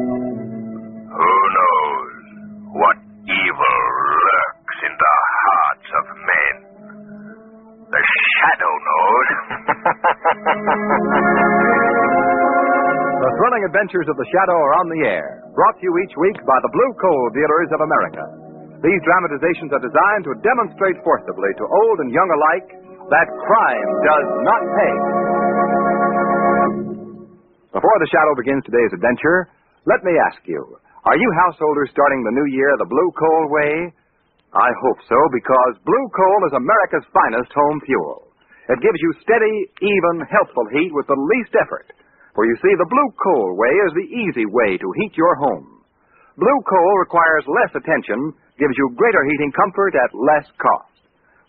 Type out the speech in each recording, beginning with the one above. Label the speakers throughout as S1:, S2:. S1: Who knows what evil lurks in the hearts of men? The shadow knows.
S2: The thrilling adventures of the shadow are on the air, brought to you each week by the Blue Coal Dealers of America. These dramatizations are designed to demonstrate forcibly to old and young alike that crime does not pay. Before the shadow begins today's adventure, let me ask you are you householders starting the new year the Blue Coal way? I hope so, because Blue Coal is America's finest home fuel. It gives you steady, even, healthful heat with the least effort. For you see, the blue coal way is the easy way to heat your home. Blue coal requires less attention, gives you greater heating comfort at less cost.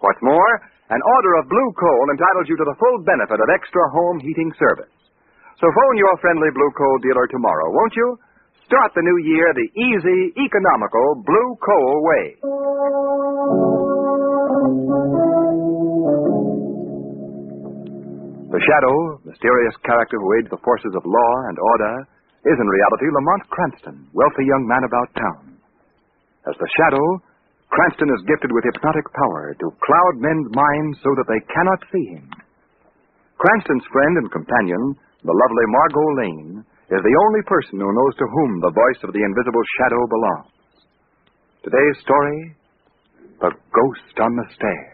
S2: What's more, an order of blue coal entitles you to the full benefit of extra home heating service. So phone your friendly blue coal dealer tomorrow, won't you? Start the new year the easy, economical blue coal way. The shadow, mysterious character who aids the forces of law and order, is in reality Lamont Cranston, wealthy young man about town. As the shadow, Cranston is gifted with hypnotic power to cloud men's minds so that they cannot see him. Cranston's friend and companion, the lovely Margot Lane, is the only person who knows to whom the voice of the invisible shadow belongs. Today's story The Ghost on the Stair.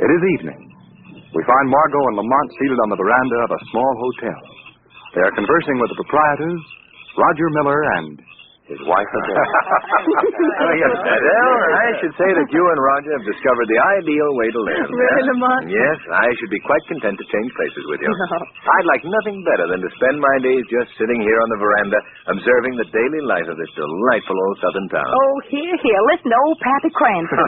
S2: It is evening. We find Margot and Lamont seated on the veranda of a small hotel. They are conversing with the proprietors, Roger Miller, and his wife Adele.
S3: Oh, yes, Adele, I should say that you and Roger have discovered the ideal way to live.
S4: Really, Lamont?
S3: Yes, I should be quite content to change places with you. I'd like nothing better than to spend my days just sitting here on the veranda, observing the daily life of this delightful old southern town.
S4: Oh, here, here. Listen to old Pappy Cranston.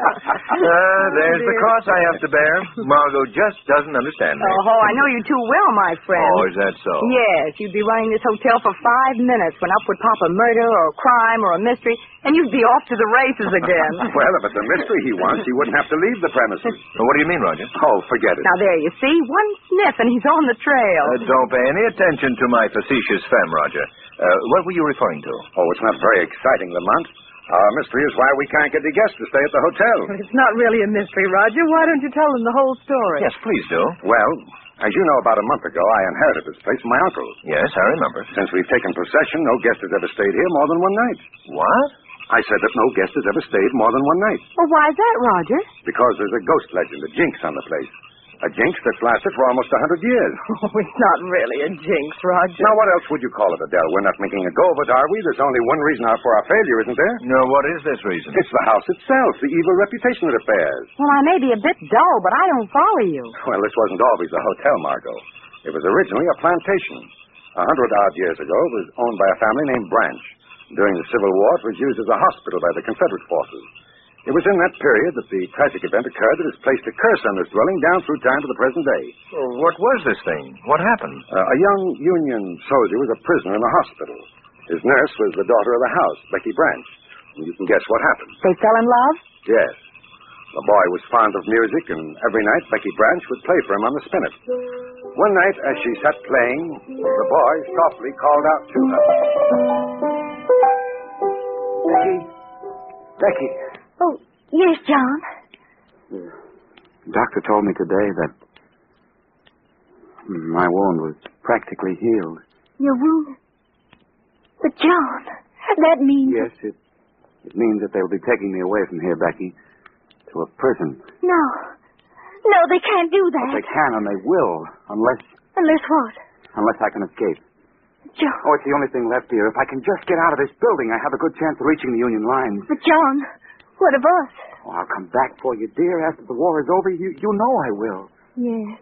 S3: Ah, there's the cross I have to bear. Margot just doesn't understand me.
S4: oh, I know you too well, my friend.
S3: Oh, is that so?
S4: Yes, you'd be running this hotel for five minutes when up would pop a murder or a crime or a mystery, and you'd be off to the races again.
S5: Well, if it's a mystery he wants, he wouldn't have to leave the premises.
S3: Well, What do you mean, Roger?
S5: Oh, forget it.
S4: now, there you see. One sniff, and he's on the trail.
S3: Uh, don't pay any attention to my facetious femme, Roger. Uh, what were you referring to?
S5: Oh, it's not very exciting, Lamont. Our mystery is why we can't get the guests to stay at the hotel.
S4: it's not really a mystery, Roger. Why don't you tell him the whole story?
S3: Yes, please do.
S5: Well, as you know, about a month ago, I inherited this place from my uncle.
S3: Yes, I remember.
S5: Since we've taken possession, no guest has ever stayed here more than one night.
S3: What?
S5: I said that no guest has ever stayed more than one night
S4: Well, why is that, Roger?
S5: because there's a ghost legend, a jinx on the place. A jinx that's lasted for almost a hundred years.
S4: Oh, it's not really a jinx, Roger.
S5: Now, what else would you call it, Adele? We're not making a go of it, are we? There's only one reason for our failure, isn't there?
S3: No, what is this reason?
S5: It's the house itself, the evil reputation it bears.
S4: Well, I may be a bit dull, but I don't follow you.
S5: Well, this wasn't always a hotel, Margot. It was originally a plantation. A hundred odd years ago, it was owned by a family named Branch. During the Civil War, it was used as a hospital by the Confederate forces. It was in that period that the tragic event occurred that has placed a curse on this dwelling down through time to the present day.
S1: Oh,
S3: What was this thing? What happened?
S5: Uh, a young Union soldier was a prisoner in a hospital. His nurse was the daughter of the house, Becky Branch. And you can guess what happened.
S4: They fell in love?
S5: Yes. The boy was fond of music, and every night Becky Branch would play for him on the spinet. One night, as she sat playing, the boy softly called out to her. Becky? Becky?
S4: Oh, yes, John.
S6: doctor told me today that my wound was practically healed.
S4: Your wound. But, John, that means.
S6: Yes, it
S7: It means that they'll be taking me away from here, Becky, to a prison.
S8: No. No, they can't do
S7: But
S8: that.
S7: they can and they will, unless
S8: Unless what?
S7: unless I can escape.
S8: John.
S7: Oh, it's the only thing left, dear. If I can just get out of this building, I have a good chance of reaching the Union lines.
S8: But, John, what of us?
S7: Oh, I'll come back for you, dear. After the war is over, you, you know I will.
S8: Yes.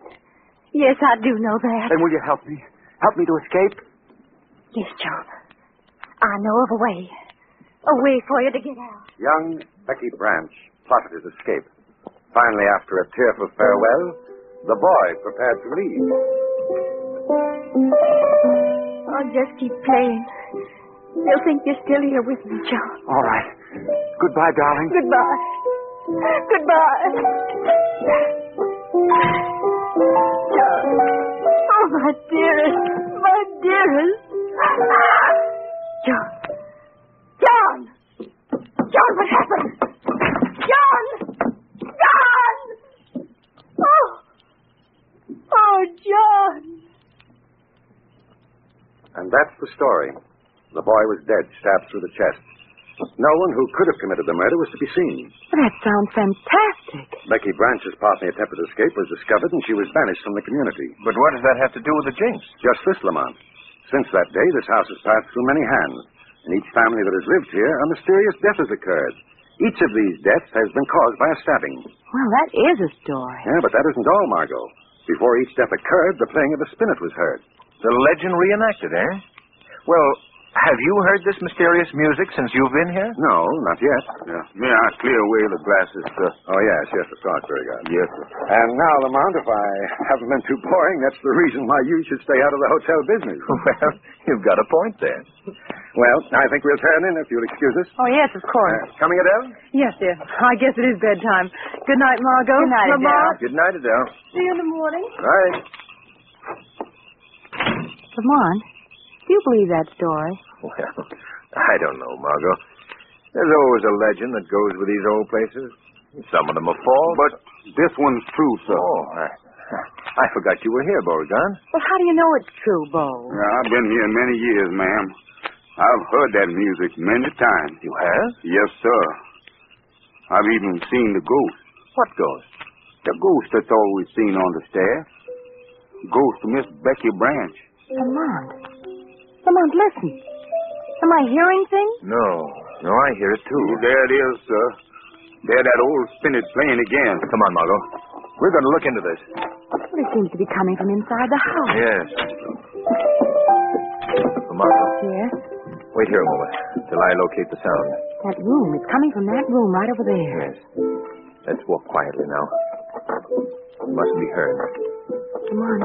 S8: Yes, I do know that.
S7: Then will you help me? Help me to escape?
S8: Yes, John. I know of a way. A way for you to get out.
S5: Young Becky Branch plotted his escape. Finally, after a tearful farewell, the boy prepared to leave.
S8: Oh, just keep playing. They'll think you're still here with me, John.
S7: All right. Goodbye, darling.
S8: Goodbye. Goodbye. John. Oh, my dearest. My dearest. John. John. John, what happened? John. John. Oh. Oh, John.
S5: And that's the story. The boy was dead, stabbed through the chest. No one who could have committed the murder was to be seen.
S4: That sounds fantastic.
S5: Becky Branch's partly attempted escape was discovered, and she was banished from the community.
S3: But what does that have to do with the jinx?
S5: Just this, Lamont. Since that day, this house has passed through many hands. In each family that has lived here, a mysterious death has occurred. Each of these deaths has been caused by a stabbing.
S4: Well, that is a story.
S5: Yeah, but that isn't all, Margot. Before each death occurred, the playing of a spinet was heard.
S3: The legend reenacted, eh? Well, have you heard this mysterious music since you've been here?
S5: No, not yet.
S9: May I clear away the glasses, sir?
S5: Oh, yes, yes, of course, very good.
S9: Yes, sir.
S5: And now, Lamont, if I haven't been too boring, that's the reason why you should stay out of the hotel business.
S3: Well, you've got a point there.
S5: Well, I think we'll turn in if you'll excuse us.
S4: Oh, yes, of course.
S5: Uh, coming, Adele?
S4: Yes, dear. I guess it is bedtime. Good night, Margot.
S8: Good night,
S4: Lamont.
S3: Good night, Adele.
S8: See you in the morning.
S5: All right.
S4: Lamont, do you believe that story?
S3: Well, I don't know, Margot. There's always a legend that goes with these old places. Some of them are false.
S9: But this one's true, sir.
S3: oh, I, I forgot you were here, Beauregard.
S4: Well, how do you know it's true, Bo?
S9: Yeah, I've been here many years, ma'am. I've heard that music many times.
S3: You have?
S9: Yes, sir. I've even seen the ghost.
S3: What goes?
S9: The ghost that's always seen on the stair. Ghost Miss Becky Branch.
S4: Lamont. Lamont, listen. Am I hearing things?
S3: No, no, I hear it too.
S9: There it is, sir. There that old spinet playing again.
S3: Come on, Margot. We're going to look into this.
S4: Well, it seems to be coming from inside the house.
S3: Yes. Margot,
S4: Yes,
S3: wait here a moment till I locate the sound.
S4: that room. It's coming from that room right over there.
S3: Yes. Let's walk quietly now. It mustn't be heard.
S4: Lamont,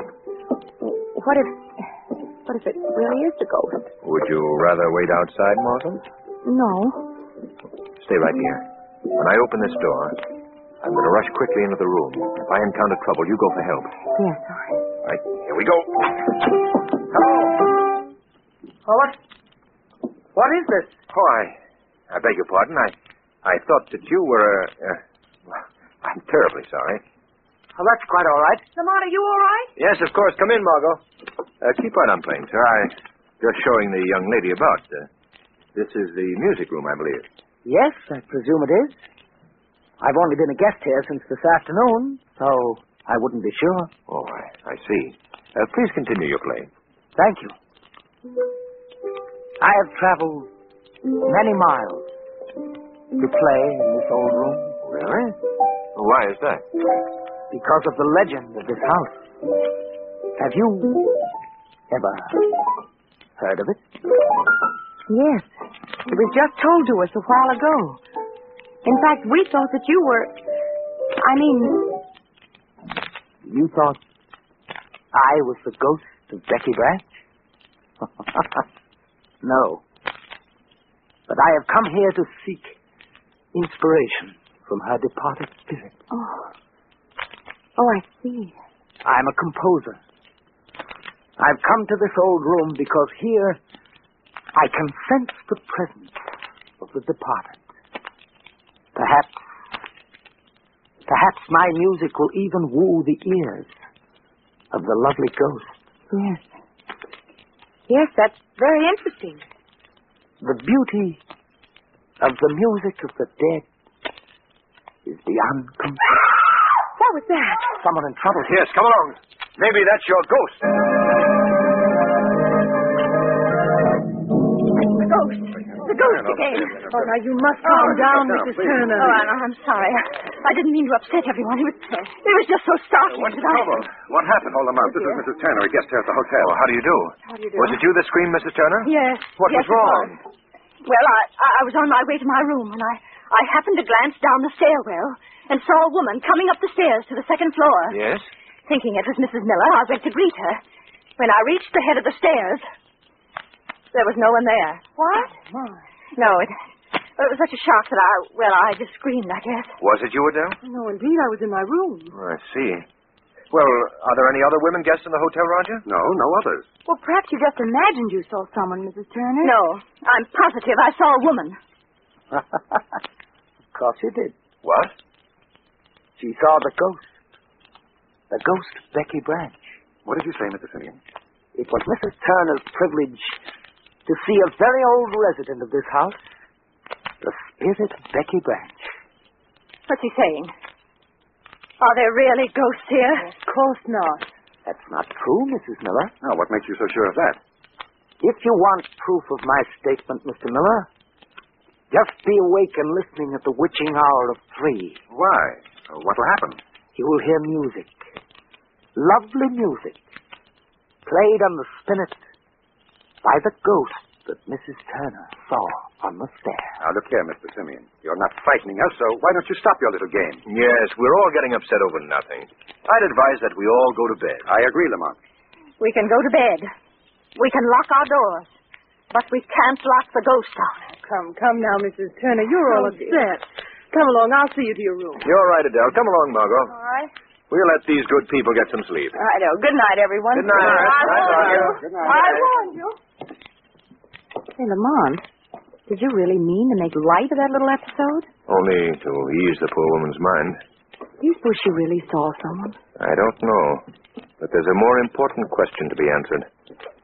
S4: what if... What if it really is the ghost?
S3: Would you rather wait outside, Margot?
S4: No.
S3: Stay right here. When I open this door, I'm going to rush quickly into the room. If I encounter trouble, you go for help.
S4: Yes, all right.
S3: All right, here we go.
S4: Well, what... What is this?
S3: Oh, I, I beg your pardon. I, I thought that you were. Uh, uh, I'm terribly sorry.
S4: Well, that's quite all right. Lamont, are you all right?
S3: Yes, of course. Come in, Margot. Uh, keep right on playing, sir. I just showing the young lady about. Uh, this is the music room, I believe.
S10: Yes, I presume it is. I've only been a guest here since this afternoon, so I wouldn't be sure.
S3: Oh, I, I see. Uh, please continue your play.
S10: Thank you. I have traveled many miles to play in this old room
S3: Really? Oh, Why is that?
S10: because of the legend of this house. Have you ever heard of it?
S4: Yes. It was just told to us a while ago. In fact, we thought that you were. I mean,
S11: oh,
S10: You thought I was the ghost of Becky Branch? no. But I have come here to seek inspiration from her departed spirit.
S4: oh, oh, I see.
S10: I'm a composer. I've come to this old room because here I can sense the presence of the departed. Perhaps, perhaps my music will even woo the ears of the lovely ghost.
S4: Yes, yes, that's very interesting.
S10: The beauty of the music of the dead is beyond comprehension.
S11: What was that?
S10: Someone in trouble.
S2: Yes, come along. Maybe that's your ghost.
S11: It's the ghost. The ghost again.
S4: Oh, now you must calm down, Mrs. Turner.
S11: Oh, Anna, I'm sorry. I, I didn't mean to upset everyone. It was, it was just so startling
S5: What's the
S11: that I...
S5: trouble? What happened? Hold them up. This is Mrs. Turner, a guest here at the hotel.
S3: how do you do?
S11: How do you do?
S3: Was it you that screamed, Mrs. Turner?
S11: Yes.
S3: What
S11: yes,
S3: was wrong?
S11: It was. Well, I, I I was on my way to my room when I, I happened to glance down the stairwell and saw a woman coming up the stairs to the second floor.
S3: Yes?
S11: Thinking it was Mrs. Miller, I went to greet her. When I reached the head of the stairs, there was no one there. What? No, it, it was such a shock that I, well, I just screamed, I guess.
S3: Was it you, Adele?
S4: No, indeed, I was in my room.
S3: I see. Well, are there any other women guests in the hotel, Roger?
S5: No, no others.
S4: Well, perhaps you just imagined you saw someone, Mrs. Turner.
S11: No, I'm positive I saw a woman.
S10: of course you did.
S3: What?
S10: She saw the ghost. The ghost of Becky Branch.
S5: What did you say, Mrs. Finnegan?
S10: It was Mrs. Turner's privilege to see a very old resident of this house, the spirit of Becky Branch.
S11: What's he saying? Are there really ghosts here?
S4: Of course not.
S10: That's not true, Mrs. Miller.
S5: Now, what makes you so sure of that?
S10: If you want proof of my statement, Mr. Miller, just be awake and listening at the witching hour of three.
S5: Why? Uh, What'll happen?
S10: You will hear music. Lovely music. Played on the spinet by the ghost that Mrs. Turner saw on the stair.
S5: Now, look here, Mr. Simeon. You're not frightening us, so why don't you stop your little game?
S3: Yes, we're all getting upset over nothing. I'd advise that we all go to bed.
S5: I agree, Lamont.
S11: We can go to bed. We can lock our doors. But we can't lock the ghost out.
S4: Come, come now, Mrs. Turner. You're all
S11: Oh,
S4: upset.
S11: dear.
S4: Come along. I'll see you to your room.
S3: You're right, Adele. Come along, Margot.
S11: All right.
S3: We'll let these good people get some sleep.
S4: I know. Good night, everyone.
S3: Good night.
S4: I
S3: Night,
S4: warned
S3: Roger.
S4: you.
S5: Good
S4: I warned you.
S11: Hey, Lamont, did you really mean to make light of that little episode?
S3: Only to ease the poor woman's mind.
S11: Do you suppose she really saw someone?
S3: I don't know. But there's a more important question to be answered.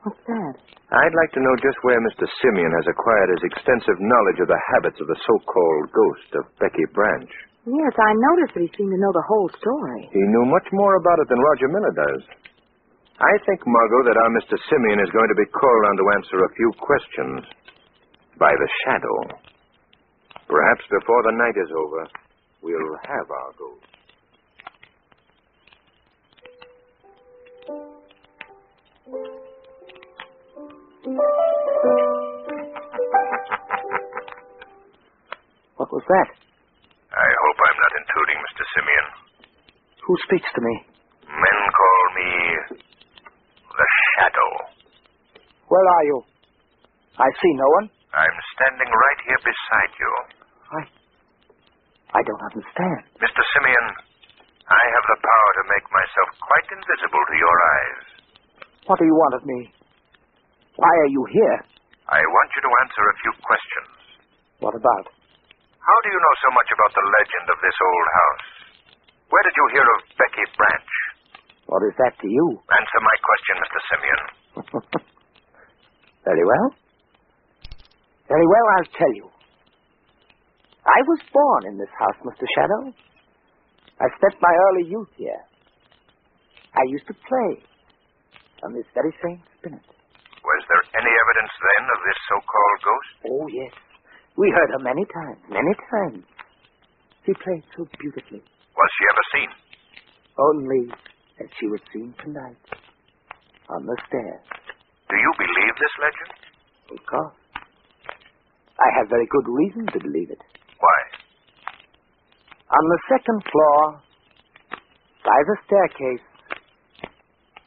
S11: What's that?
S3: I'd like to know just where Mr. Simeon has acquired his extensive knowledge of the habits of the so-called ghost of Becky Branch.
S11: Yes, I noticed that he seemed to know the whole story.
S3: He knew much more about it than Roger Miller does. I think, Margot, that our Mr. Simeon is going to be called on to answer a few questions by the shadow. Perhaps before the night is over, we'll have our ghost.
S10: What was that?
S3: I hope I'm not intruding, Mr. Simeon.
S10: Who speaks to me?
S3: Men call me the Shadow.
S10: Where are you? I see no one.
S3: I'm standing right here beside you.
S10: I don't understand.
S3: Mr. Simeon, I have the power to make myself quite invisible to your eyes.
S10: What do you want of me? Why are you here?
S3: I want you to answer a few questions.
S10: What about?
S3: How do you know so much about the legend of this old house? Where did you hear of Becky Branch?
S10: What is that to you?
S3: Answer my question, Mr. Simeon.
S10: Very well. Very well, I'll tell you. I was born in this house, Mr. Shadow. I spent my early youth here. I used to play on this very same spinet.
S3: Was there any evidence then of this so-called ghost?
S10: Oh, yes. We heard her many times, many times. She played so beautifully.
S3: Was she ever seen?
S10: Only that she was seen tonight on the stairs.
S3: Do you believe this legend?
S10: Of course. I have very good reason to believe it.
S3: Why?
S10: On the second floor, by the staircase,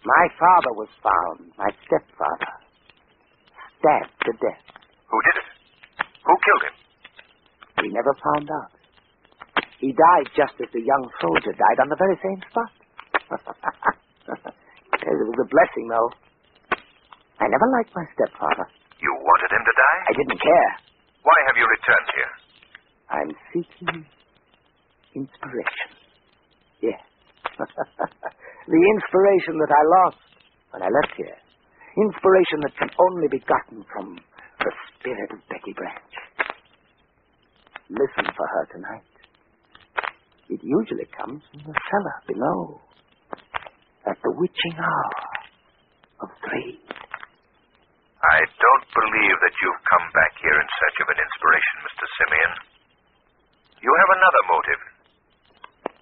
S10: my father was found, my stepfather, stabbed to death.
S3: Who did it? Who killed him?
S10: We never found out. He died just as the young soldier died on the very same spot. it was a blessing, though. I never liked my stepfather.
S3: You wanted him to die?
S10: I didn't care.
S3: Why have you returned here?
S10: I'm seeking inspiration. Yes. the inspiration that I lost when I left here. Inspiration that can only be gotten from the spirit of Becky Branch. listen for her tonight. It usually comes from the cellar below at the witching hour of three.
S3: I don't believe that you've come back here in search of an inspiration, Mr. Simeon. You have another motive.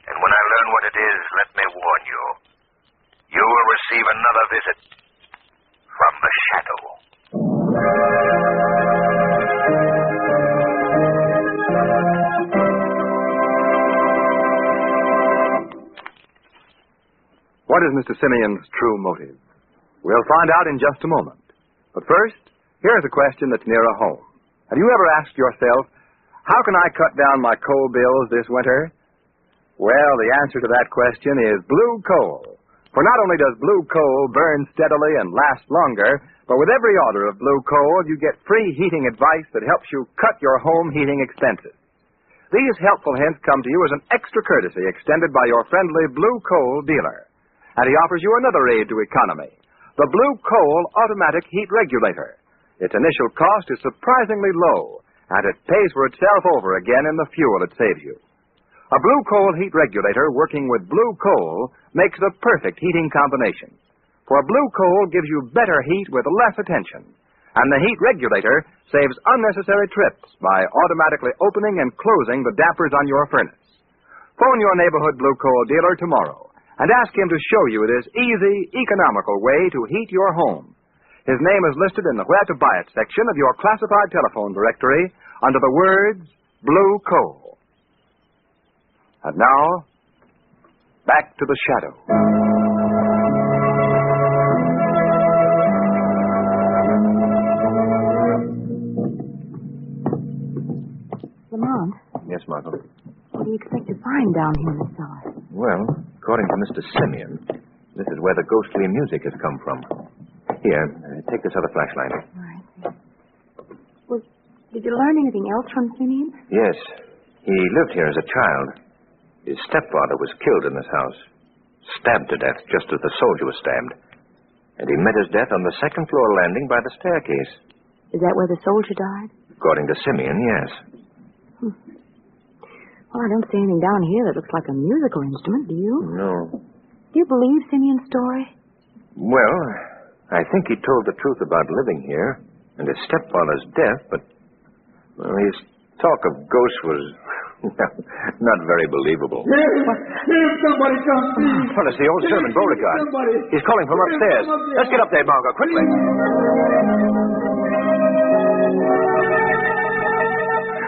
S3: And when I learn what it is, let me warn you. You will receive another visit from the shadow.
S2: What is Mr. Simeon's true motive? We'll find out in just a moment. But first, here's a question that's nearer home. Have you ever asked yourself, how can I cut down my coal bills this winter? Well, the answer to that question is blue coal. For not only does blue coal burn steadily and last longer, but with every order of blue coal, you get free heating advice that helps you cut your home heating expenses. These helpful hints come to you as an extra courtesy extended by your friendly blue coal dealer. And he offers you another aid to economy the Blue Coal Automatic Heat Regulator. Its initial cost is surprisingly low, and it pays for itself over again in the fuel it saves you. A Blue Coal Heat Regulator working with Blue Coal makes the perfect heating combination. For Blue Coal gives you better heat with less attention, and the heat regulator saves unnecessary trips by automatically opening and closing the dampers on your furnace. Phone your neighborhood Blue Coal dealer tomorrow and ask him to show you this easy, economical way to heat your home. His name is listed in the Where to Buy It section of your classified telephone directory under the words Blue Coal. And now, back to the shadow.
S8: Lamont,
S3: Yes, Margot.
S8: what do you expect to find down here in the cellar?
S3: Well, according to Mr. Simeon, this is where the ghostly music has come from. Here, uh, take this other flashlight.
S8: Well, did you learn anything else from Simeon?
S3: Yes, he lived here as a child. His stepfather was killed in this house, stabbed to death just as the soldier was stabbed. And he met his death on the second floor landing by the staircase.
S8: Is that where the soldier died?
S3: According to Simeon, yes.
S8: Well, I don't see anything down here that looks like a musical instrument, do you?
S3: No.
S8: Do you believe Simeon's story?
S3: Well, I think he told the truth about living here and his stepfather's death, but well, his talk of ghosts was not very believable.
S12: Here, somebody come.
S3: Well, it's the old servant, Beauregard. He's calling from upstairs. Let's get up there, Margot, quickly.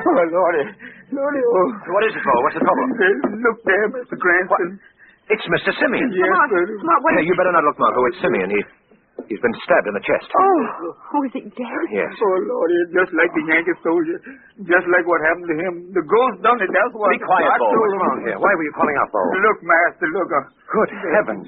S12: Oh, Lordy. Lordy, oh.
S3: What is it, Bo? What's the problem?
S12: Look there, Mr. Cranston.
S3: It's Mr. Simeon.
S12: Yes, Come on, sir. come on, wait.
S3: Hey, you better not look, Margot. It's Simeon. He, he's been stabbed in the chest.
S8: Oh, oh, is it dead?
S3: Yes.
S12: Oh, Lordy, just like the Yankee soldier. Just like what happened to him. The ghost done it. That's what
S3: Be quiet,
S12: I
S3: Bo.
S12: told
S3: What's
S12: him.
S3: wrong here? Why were you calling out, Bo?
S12: Look, Master, look. Uh,
S3: Good heavens.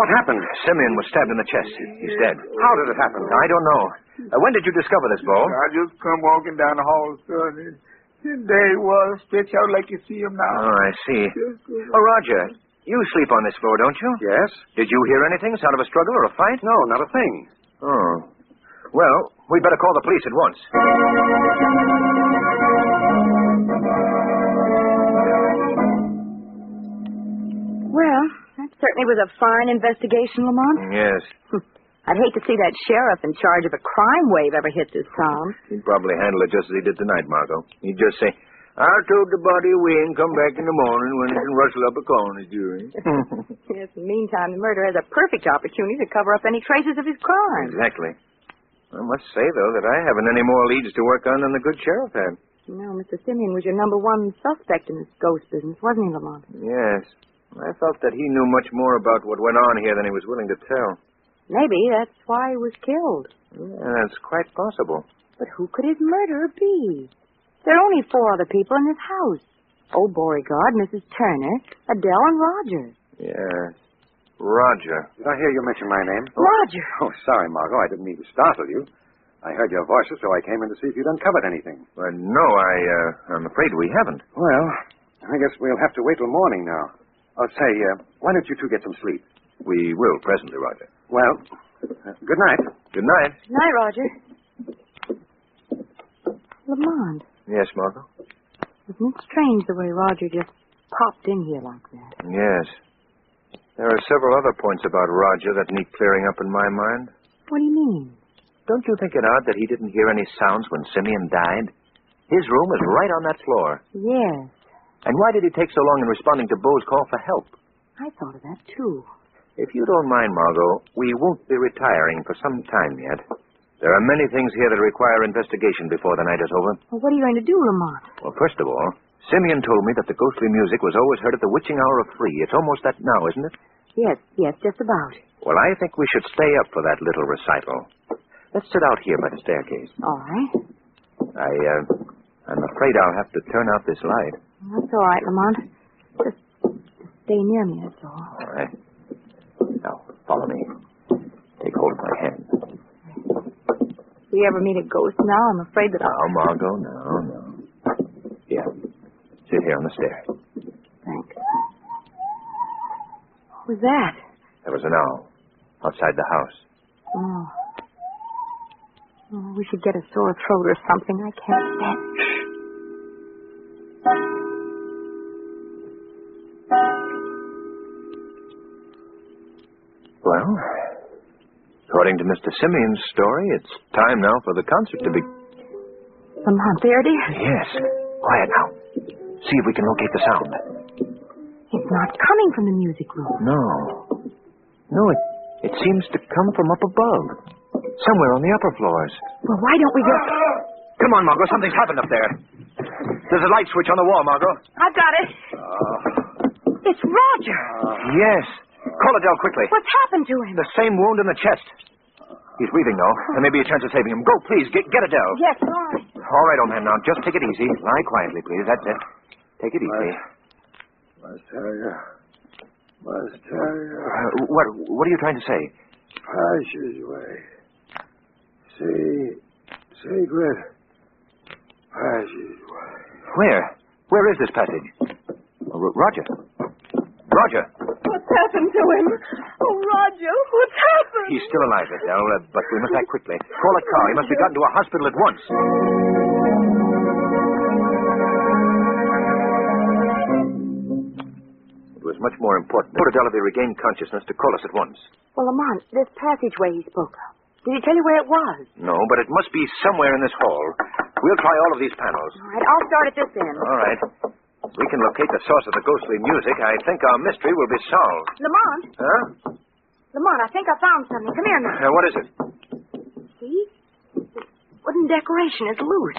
S3: What happened? Simeon was stabbed in the chest. He- He's dead. How did it happen? Uh, I don't know. Uh, when did you discover this, Bo?
S12: I just come walking down the hall, sir, and, and there he was, stretched out like you see him
S3: Oh,
S12: now.
S3: I see.
S1: Uh-huh.
S3: Oh, Roger, you sleep on this floor, don't you?
S5: Yes?
S3: Did you hear anything? Sound of a struggle or a fight?
S5: No, not a thing.
S3: Oh. Well, we'd better call the police at once.
S4: Well, that certainly was a fine investigation, Lamont.
S3: Yes,
S4: I'd hate to see that sheriff in charge of a crime wave ever hit this town.
S3: he'd probably handle it just as he did tonight, Margot. He'd just say, I told the body away and come back in the morning when he can rustle up a coroner's jury.
S4: Yes, in the meantime, the murderer has a perfect opportunity to cover up any traces of his crime.
S3: exactly. I must say, though, that I haven't any more leads to work on than the good sheriff had.
S4: No, Mr. Simeon was your number one suspect in this ghost business, wasn't he, Lamont?
S3: Yes. I felt that he knew much more about what went on here than he was willing to tell.
S4: Maybe that's why he was killed.
S3: Yeah, that's quite possible.
S4: But who could his murderer be? There are only four other people in this house. Old Beauregard, Mrs. Turner, Adele, and Roger.
S3: Yes. Roger.
S5: Did I hear you mention my name?
S4: Roger!
S5: Oh, sorry, Margot. I didn't mean to startle you. I heard your voices, so I came in to see if you'd uncovered anything.
S3: Uh, no, I, uh, I'm afraid we haven't.
S5: Well, I guess we'll have to wait till morning now. Oh, say, uh, why don't you two get some sleep?
S3: We will presently, Roger.
S5: Well, uh, good night.
S3: Good night.
S4: Night, Roger. Lamont,
S3: Yes, Margot?
S4: Isn't it strange the way Roger just popped in here like that?
S3: Yes. There are several other points about Roger that need clearing up in my mind.
S4: What do you mean?
S3: Don't you think it odd that he didn't hear any sounds when Simeon died? His room is right on that floor.
S4: Yes,
S3: And why did he take so long in responding to Bo's call for help?
S4: I thought of that too.
S3: If you don't mind, Margot, we won't be retiring for some time yet. There are many things here that require investigation before the night is over.
S4: Well, what are you going to do, Lamont?
S3: Well, first of all, Simeon told me that the ghostly music was always heard at the witching hour of three. It's almost that now, isn't it?
S4: Yes, yes, just about.
S3: Well, I think we should stay up for that little recital. Let's sit out here by the staircase.
S4: All right.
S3: I, uh, I'm afraid I'll have to turn out this light.
S4: That's all right, Lamont. Just, just stay near me, that's all.
S3: All right. Now, follow me. Take hold of my hand.
S4: If we ever meet a ghost now, I'm afraid that
S3: Now, Margot, now, now. Yeah. Sit here on the stair.
S4: Thanks. What was that?
S3: There was an owl outside the house.
S4: Oh. oh. We should get a sore throat or something. I can't stand it.
S3: Well, according to Mr. Simeon's story, it's time now for the concert to be.
S4: Lamont, there it is.
S3: Yes. Quiet now. See if we can locate the sound.
S4: It's not coming from the music room.
S3: No. No, it, it seems to come from up above. Somewhere on the upper floors.
S4: Well, why don't we get...
S2: Come on, Margot. Something's happened up there. There's a light switch on the wall, Margot.
S8: I've got it. It's Roger.
S3: Yes.
S2: Call Adele quickly.
S8: What's happened to him?
S2: The same wound in the chest. He's breathing, though. There may be a chance of saving him. Go, please. Get, get Adele.
S8: Yes, all right.
S3: All right, old man, now just take it easy. Lie quietly, please. That's it. Take it easy.
S13: Must tell you. Must tell you.
S3: Uh, what, what are you trying to say?
S13: Passageway. See. Secret. Passageway.
S3: Where? Where is this passage? Oh, Ro- Roger. Roger.
S8: What's happened to him? Oh, Roger, what's happened?
S3: He's still alive, Adele, uh, but we must act quickly. Call a car. He must be gotten to a hospital at once. It was much more important for Adele if he regained consciousness to call us at once.
S4: Well, Lamont, this passageway he spoke of. Did he tell you where it was?
S3: No, but it must be somewhere in this hall. We'll try all of these panels.
S4: All right, I'll start at this end.
S3: All right. If we can locate the source of the ghostly music, I think our mystery will be solved.
S8: Lamont,
S3: Huh?
S8: Lamont, I think I found something. Come here now.
S3: Uh, what is it?
S4: See? The wooden decoration is loose.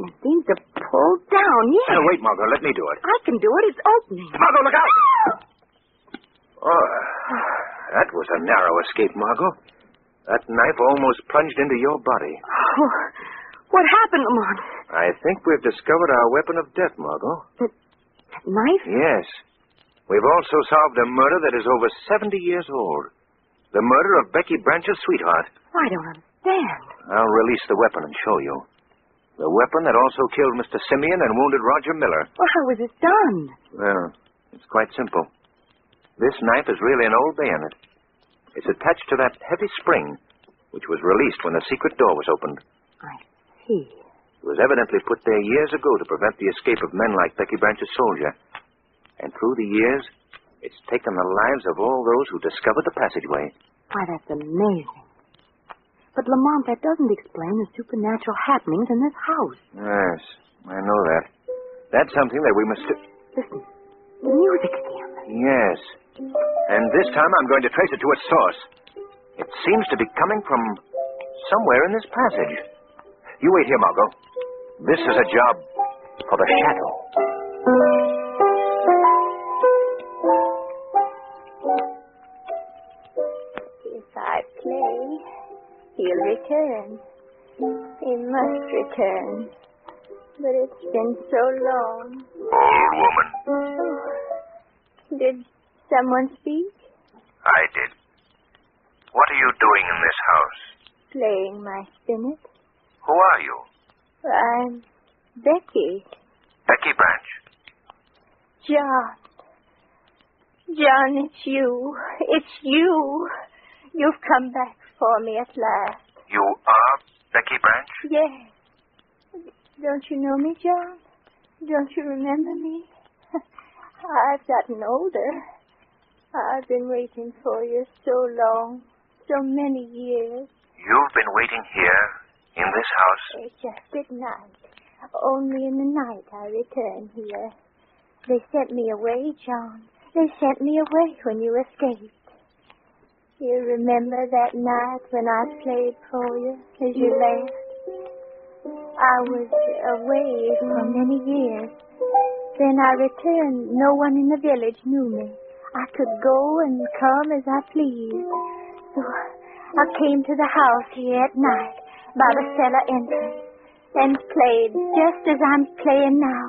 S4: And it seems to pull down. Yes.
S3: Uh, wait, Margot. Let me do it.
S4: I can do it. It's opening.
S3: Margot, look out! Oh, that was a narrow escape, Margot. That knife almost plunged into your body.
S4: Oh, what happened, Lamont?
S3: I think we've discovered our weapon of death, Margot.
S4: That knife?
S3: Yes. We've also solved a murder that is over 70 years old. The murder of Becky Branch's sweetheart.
S4: I don't understand.
S3: I'll release the weapon and show you. The weapon that also killed Mr. Simeon and wounded Roger Miller.
S4: Well, how was it done?
S3: Well, it's quite simple. This knife is really an old bayonet. It's attached to that heavy spring, which was released when the secret door was opened.
S4: See.
S3: It was evidently put there years ago to prevent the escape of men like Becky Branch's soldier. And through the years, it's taken the lives of all those who discovered the passageway.
S4: Why, that's amazing. But, Lamont, that doesn't explain the supernatural happenings in this house.
S3: Yes, I know that. That's something that we must.
S4: Listen, the music again.
S3: Yes. And this time I'm going to trace it to its source. It seems to be coming from somewhere in this passage. You wait here, Margot. This is a job for the shadow.
S8: If I play, he'll return. He must return. But it's been so long.
S14: Old woman,
S8: Did someone speak?
S14: I did. What are you doing in this house?
S8: Playing my spinet?
S14: Who are you?
S8: I'm Becky.
S14: Becky Branch.
S8: John. John, it's you. It's you. You've come back for me at last.
S14: You are Becky Branch?
S8: Yes. Don't you know me, John? Don't you remember me? I've gotten older. I've been waiting for you so long, so many years.
S14: You've been waiting here in this house.
S8: It's just at night. Only in the night I return here. They sent me away, John. They sent me away when you escaped. You remember that night when I played for you as you left? I was away for many years. Then I returned. No one in the village knew me. I could go and come as I pleased. So I came to the house here at night by the cellar entrance and played just as I'm playing now,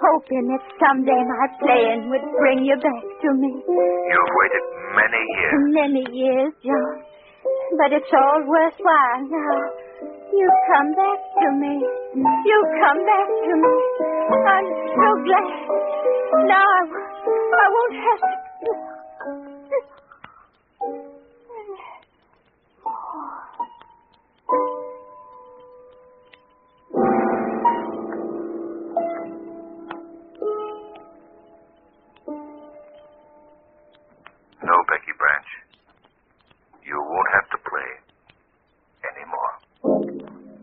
S8: hoping that someday my playing would bring you back to me.
S14: You've waited many years.
S8: Many years, John. But it's all worthwhile now. You come back to me. You come back to me. I'm so glad. Now I, w- I won't have to.
S14: No, Becky Branch. You won't have to play anymore.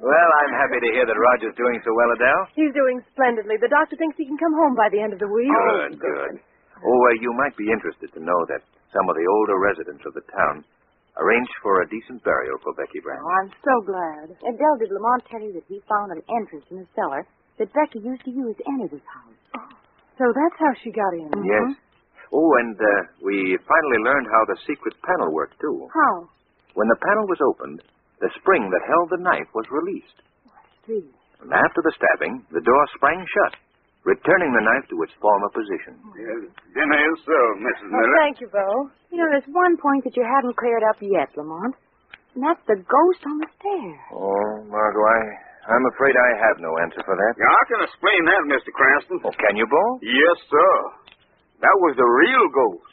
S3: Well, I'm happy to hear that Roger's doing so well, Adele.
S11: He's doing splendidly. The doctor thinks he can come home by the end of the week.
S3: Good, good. Oh, uh, you might be interested to know that some of the older residents of the town arranged for a decent burial for Becky Branch.
S15: Oh, I'm so glad. Adele, did Lamont tell you that he found an entrance in the cellar that Becky used to use to enter this house?
S11: Oh, So that's how she got in.
S3: Yes. Oh, and uh, we finally learned how the secret panel worked, too.
S11: How?
S3: When the panel was opened, the spring that held the knife was released.
S11: See.
S3: And after the stabbing, the door sprang shut, returning the knife to its former position.
S1: Yes, dinner is served, Mrs. Miller.
S15: you, Bo. You know, there's one point that you haven't cleared up yet, Lamont, and that's the ghost on the stairs.
S3: Oh, Margot, I, I'm afraid I have no answer for that.
S1: Now, I can explain that, Mr. Cranston.
S3: Oh, can you, Bo?
S1: Yes, sir. That was the real ghost.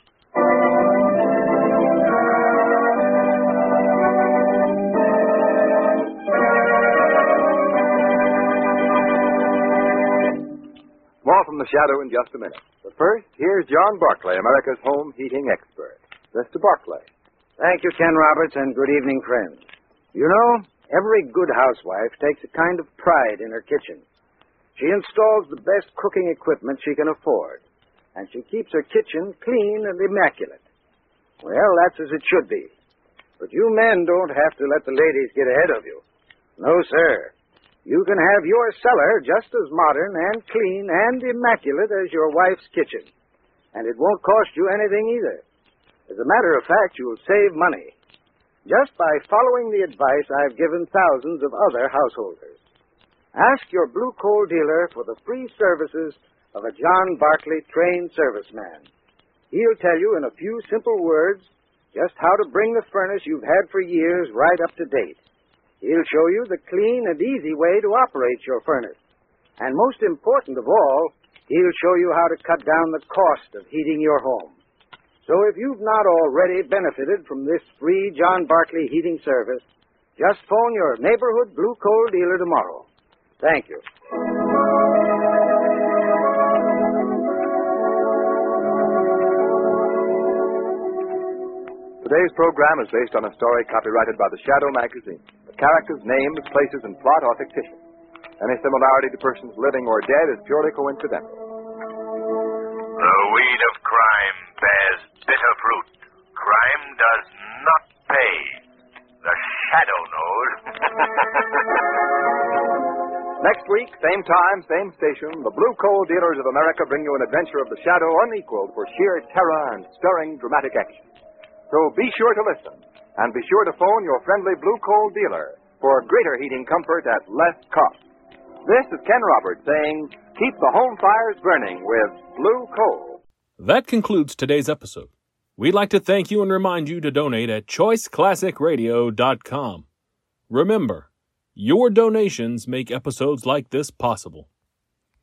S2: More from the shadow in just a minute. But first, here's John Barclay, America's home heating expert. Mr. Barclay.
S7: Thank you, Ken Roberts, and good evening, friends. You know, every good housewife takes a kind of pride in her kitchen. She installs the best cooking equipment she can afford, and she keeps her kitchen clean and immaculate. Well, that's as it should be. But you men don't have to let the ladies get ahead of you. No, sir. You can have your cellar just as modern and clean and immaculate as your wife's kitchen. And it won't cost you anything either. As a matter of fact, you'll save money just by following the advice I've given thousands of other householders. Ask your blue coal dealer for the free services of a John Barclay trained serviceman. He'll tell you in a few simple words just how to bring the furnace you've had for years right up to date. He'll show you the clean and easy way to operate your furnace. And most important of all, he'll show you how to cut down the cost of heating your home. So if you've not already benefited from this free John Barkley heating service, just phone your neighborhood blue coal dealer tomorrow. Thank you.
S2: Today's program is based on a story copyrighted by the Shadow magazine. The characters, names, places, and plot are fictitious. Any similarity to persons living or dead is purely coincidental.
S14: The weed of crime bears bitter fruit. Crime does not pay. The shadow knows.
S2: Next week, same time, same station, the Blue Coal Dealers of America bring you an adventure of the shadow unequaled for sheer terror and stirring dramatic action. So be sure to listen, and be sure to phone your friendly Blue Coal dealer for greater heating comfort at less cost. This is Ken Roberts saying, keep the home fires burning with Blue Coal.
S16: That concludes today's episode. We'd like to thank you and remind you to donate at choiceclassicradio.com. Remember, your donations make episodes like this possible.